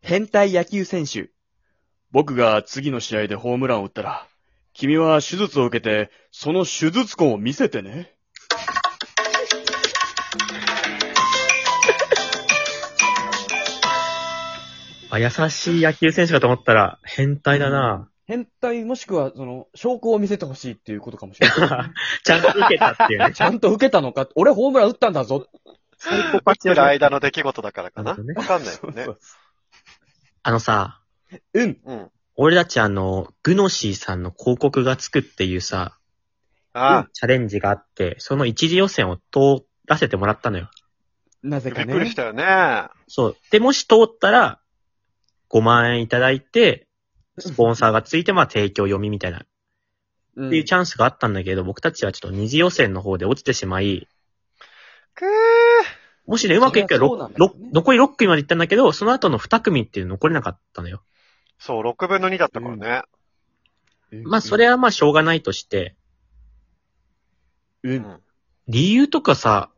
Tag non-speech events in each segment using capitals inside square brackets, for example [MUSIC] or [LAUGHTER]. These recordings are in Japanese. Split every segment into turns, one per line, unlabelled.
変態野球選手。
僕が次の試合でホームランを打ったら、君は手術を受けて、その手術痕を見せてね。
あ、優しい野球選手かと思ったら、変態だな。
変態もしくは、その、証拠を見せてほしいっていうことかもしれない。 [LAUGHS]
ちゃんと受けたっていうね。
ちゃんと受けたのか、俺ホームラン打ったんだぞ。
最高パ
生きてる間の出来事だからかな。
なるほどね
わかんないよね。
あのさ、
うん。
うん。
俺たちあの、グノシーさんの広告がつくっていうさ、
あ
チャレンジがあって、その一次予選を通らせてもらったのよ。
なぜ
あ、び
か
っくり
ね
し。たよね。
そう。で、もし通ったら、5万円いただいて、スポンサーがついて、まあ提供読みみたいな、
うん
っていうチャンスがあったんだけど、僕たちはちょっと二次予選の方で落ちてしまい、
くー。
もしね、うまくいくか
そり
ら、
ゃそうなんだよ
ろ
ね
残り6組まで行ったんだけど、その後の2組っていうの残れなかったのよ。
そう、6分の2だったからね。
まあ、それはまあ、しょうがないとして、
う。
うんん。
理由とかさ、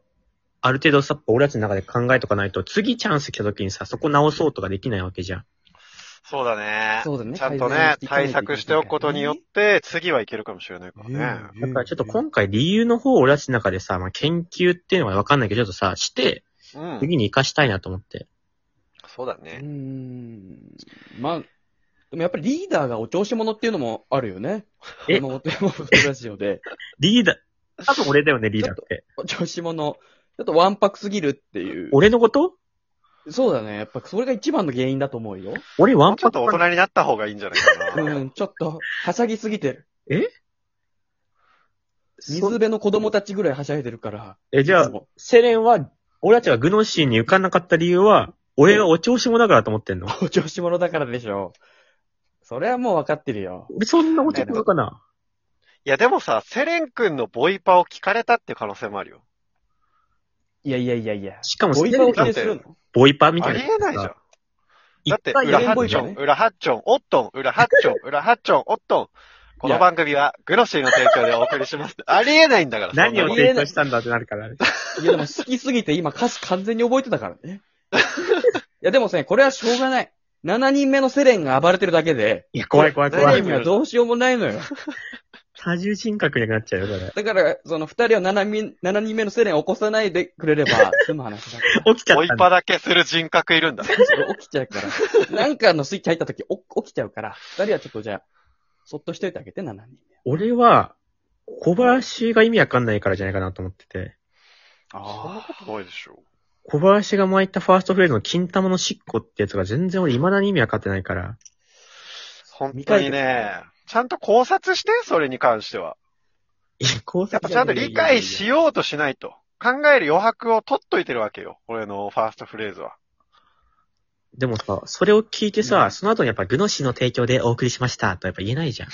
ある程度さ、俺たちの中で考えとかないと、次チャンス来た時にさ、そこ直そうとかできないわけじゃん。
そうだね。
そうだね
ちゃんと
改善
ね
して、いかないと
対策しておくことによって、次はいけるかもしれないからね。
だからちょっと今回理由の方を俺たちの中でさ、まあ、研究っていうのはわかんないけど、ちょっとさ、して、
うん。
次に活かしたいなと思って。
そうだ
う
ね。
ん。まあ、でもやっぱりリーダーがお調子者っていうのもあるよね。
え
このお手元ラジオ
[LAUGHS]
で。
リーダー、多分俺だよね、リーダーって。
お調子者、ちょっとワンパクすぎるっていう。
俺のこと
そうだね。やっぱそれが一番の原因だと思うよ。
俺ワ
も
ン
うち
パ
ょっと大
ク
人になった方がいいんじゃないかな。
うん、ちょっと、はしゃぎすぎてる。水
そう
辺の子供たちぐらいはしゃいでるから。
え、じゃあ、セレンは、俺たちがグノシーに浮かんなかった理由は、俺がお調子者だからと思ってんの。
お調子者だからでしょ。それはもうわかってるよ。
俺そんなお調子者かな。
いや、でもさ、セレン君のボイパを聞かれたっていう可能性もあるよ。
いやいやいやいや。
しかも
ボ
セ
イパ
レ
を
ン
否
が
定するの
ボイパーみ
あ
たい
り
な。
えないじゃん。だって、
一回
裏
や
ハ
ればい
ッ
いじ
チ
ゃ
ョ
ん
ン、裏ハッチョン、オットン、裏ハッチョン、裏ハッチョン、オットン。この番組は、グロシーの提供でお送りします。ありえないんだから、
何を
そんなの
提供したんだってなるから。
いやでも好きすぎて今歌詞完全に覚えてたからね。いやでもね、これはしょうがない。7人目のセレンが暴れてるだけで、
いや、怖い怖い
何
怖
セレ
い
ン。にはどうしようもないのよ。
多重人格になっちゃうよ、これ。
だから、その2人を 7, 人7人目のセレンを起こさないでくれれば、済む話だから。
起きちゃ
ボ
っ
イ
たんだ。
パだけする人格いるんだ。
起きちゃうから。なんかのスイッチ入った時、お起きちゃうから、二人はちょっとじゃあ、そっとしといてあげて、7人。
俺は、小林が意味わかんないからじゃないかなと思ってて。
そんなことないでしょ。
小林が巻いたファーストフレーズの金玉のしっこってやつが全然俺未だに意味わかってないから。
本当にね、ちゃんと考察して、それに関しては。
いや、考
やっ
察
ぱちゃんと理解しようとしないと。考える余白を取っといてるわけよ。俺のファーストフレーズは。
でもさ、それを聞いてさ、
うん
その後にやっぱグノシーの提供でお送りしましたとやっぱ言えないじゃん。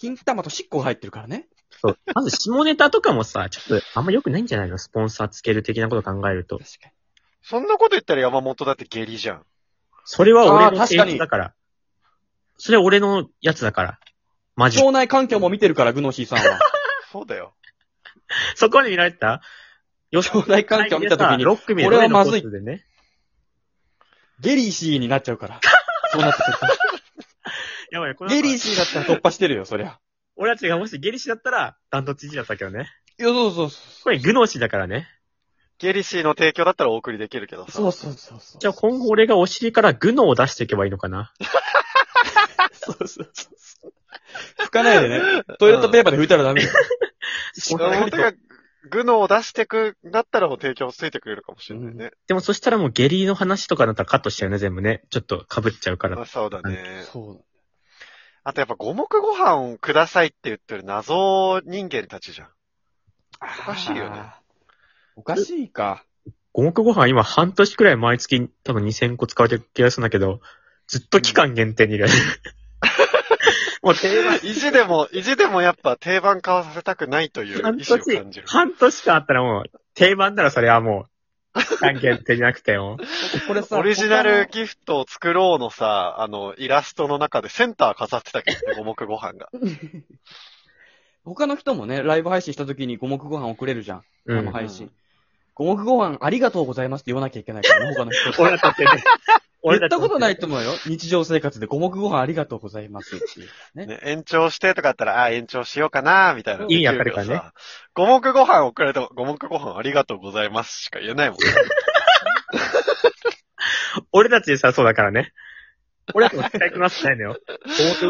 金玉としっこが入ってるからね。
そう。まず下ネタとかもさ、ちょっとあんま良くないんじゃないのスポンサーつける的なこと考えると
確。か
そんなこと言ったら山本だって下痢じゃん。
それは
あ
俺
ー確
の
かに
提案だから。それは俺のやつだから。マ
に。
ジ。
腸内環境も見てるから、グノシーさん [LAUGHS] は。
そうだよ。
そこで見られてたよ
腸内環境見たときに、
ロックミ
これはまずい
でね。
ゲリシーになっちゃうから。そうなってくると。
やばい、この
ゲリシーだったら突破してるよ、そりゃ。
俺たちがもしゲリシだったら、ダントツ1位だったけどね。
いや、そうそうそ
これグノーシだからね。
ゲリシーの提供だったらお送りできるけど
う。
さ。
そうそうそうそう。
じゃあ今後俺がお尻からグノーを出していけばいいのかな。
そうそうそうそう。拭かないでね。トイレットペーパーで拭いたらダメ。
そ
山本がグノを出してく、だったらもう提供ついてくれるかもしれないね。
でもそしたらもう下痢の話とかだったらカットしちゃうね、全部ね。ちょっと被っちゃうから
あ。そうだね。
そう
あとやっぱ五目ご飯をくださいって言ってる謎人間たちじゃん。
だ。
おかしいよね
あー。おかしいか。
五目ご飯今半年くらい毎月多分2000個使われてる気がするんだけど、ずっと期間限定に
[LAUGHS]
いる。 [LAUGHS] もう定番、
意地でも、意地でもやっぱ定番化をさせたくないという意
半
思を感
年
じる、。
半年間あったらもう定番ならそれはもう、期間限定じゃなくて
[LAUGHS]
も。
これさ、
オリジナ
他
ルギフトを作ろうのさ、あの、イラストの中でセンター飾ってたけどね、五目ご飯が。
の他の人もね、ライブ配信した時に五目ご飯送れるじゃん。
う
生
ん。
配信。
うん [LAUGHS]
五目ご飯ありがとうございますって言わなきゃいけないからね、他の人。
俺は立ってね。
言ったことないと思うよ。日常生活で五目ご飯ありがとうございますっていう。
ね、延長してとかだったら、ああ、延長しようかな、みたいな。
意味わかるからね
できけどさ。五目ご飯送られても、五目ご飯ありがとうございますしか言えないもん。
俺たちでさ、そうだからね。
俺だって
使いこなせないの
[LAUGHS]
よ。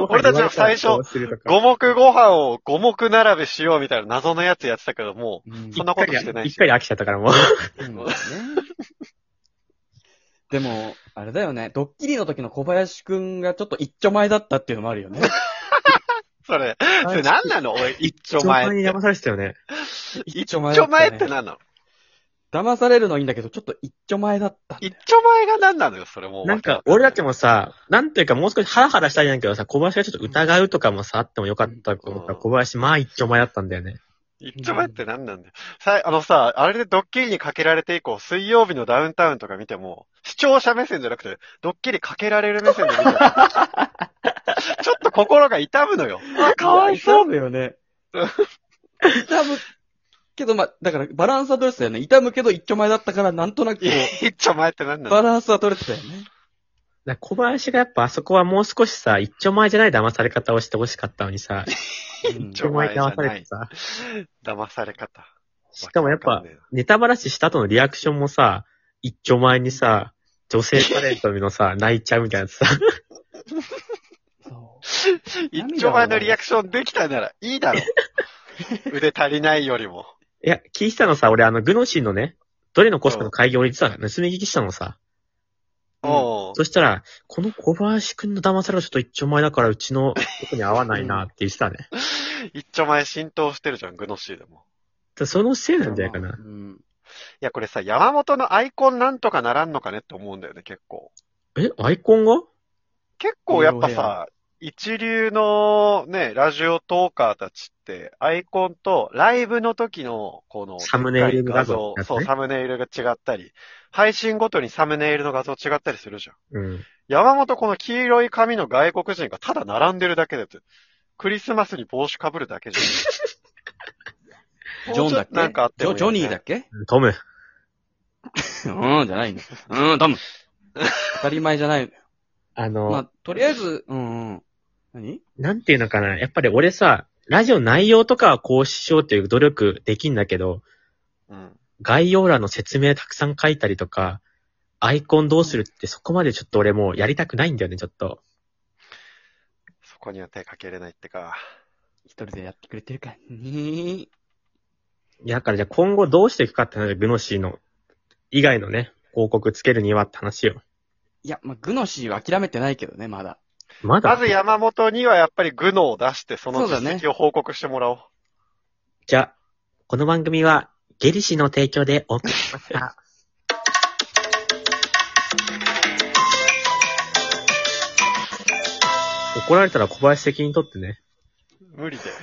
俺たちは最初
五目
五目ご飯を五目並べしようみたいな謎のやつやってたけど、も
うん
う、そんなことしてない
一
し。
回で飽きちゃったからもう。
うんね。 [LAUGHS] でも、あれだよね。ドッキリの時の小林くんがちょっと一丁前だったっていうのもあるよね。
それ、それ何なの俺、一丁前
前に騙されてたよね。
一丁
一
前だっ
丁
た、ね。
前って何なの
騙されるのいいんだけど、ちょっと一丁前だった。
一丁前が何なのよ、それもう。
なんか、俺たちもさ、なんていうかもう少しハラハラしたいんだけどさ、小林がちょっと疑うとかもさ、あってもよかったと思ったら、小林、まあ一丁前だったんだよね。
一丁前って何なんだよ。さ、あのさ、あれでドッキリにかけられて以降、水曜日のダウンタウンとか見ても、視聴者目線じゃなくて、ドッキリかけられる目線で見て
[LAUGHS]
もちょっと心が痛むのよ。
あ、かわいそうだよね。痛む。けど、まあ、だから、バランスは取れてたよね。痛むけど一丁前だったから、なんとなくこう、
一丁前って何な
バ
の
ランスは取れてたよね。
だから小林がやっぱあそこはもう少しさ、一丁前じゃない騙され方をしてほしかったのにさ、
うん
一丁前に騙されてさ、
騙され方。
しかもやっ
わ
ぱ
けわかん、ねえな
ネタバラシした後のリアクションもさ、一丁前にさ、女性タレントのさ、泣いちゃうみたいなやつさ、
そう
一丁前のリアクションできたならい
[LAUGHS]
いだろ。腕足りないよりも。
いや、聞いてたのさ、俺あの、グノシーのね、どれのコストの会議を俺実は盗み聞きしたのさ。
おう
そしたら、この小林くんの騙されはちょっと一丁前だからうちの僕に合わないなって言ってたね。
一丁前浸透してるじゃん、グノシーでも。
だそのせいなんじゃないかな
う。ん。
いや、これさ、山本のアイコンなんとかならんのかねって思うんだよね、結構。
え、アイコンが
結構やっぱさ、一流のね、ラジオトーカーたちって、アイコンとライブの時の、この、
サムネイルの画像
でっかいそう、サムネイルが違ったり、配信ごとにサムネイルの画像違ったりするじゃん。
うん。
山本この黄色い髪の外国人がただ並んでるだけだって、クリスマスに帽子かぶるだけじゃ [LAUGHS] ん。
ジョンだっけ
なんかあって
ジ
もい
ョ
い
ジョニ
よね
ーだっけ
トム。
うん、じゃないの。うん、ダム。当たり前じゃないの。
あの、
まあ、とりあえず、うん、うん。何
なんていうのかな。やっぱり俺さ、ラジオ内容とかはこうしようっていう努力できんだけど、
うん。
概要欄の説明たくさん書いたりとか、アイコンどうするってそこまでちょっと俺もうやりたくないんだよね、ちょっと。
そこには手かけれないってか。
一人でやってくれてるからね。
いやだからじゃあ今後どうしていくかって話、グノシーの、以外のね、広告つけるにはって話よ。
いや、まあ、グノシーは諦めてないけどね、まだ。
まだ
まず山本にはやっぱりグノを出して、その
そうだ
実
ね
績を報告してもらおう。
じゃあ、この番組は、ゲリシーの提供でお送りしま
[LAUGHS]
した。怒られたら小林責任取ってね。
無理だよ。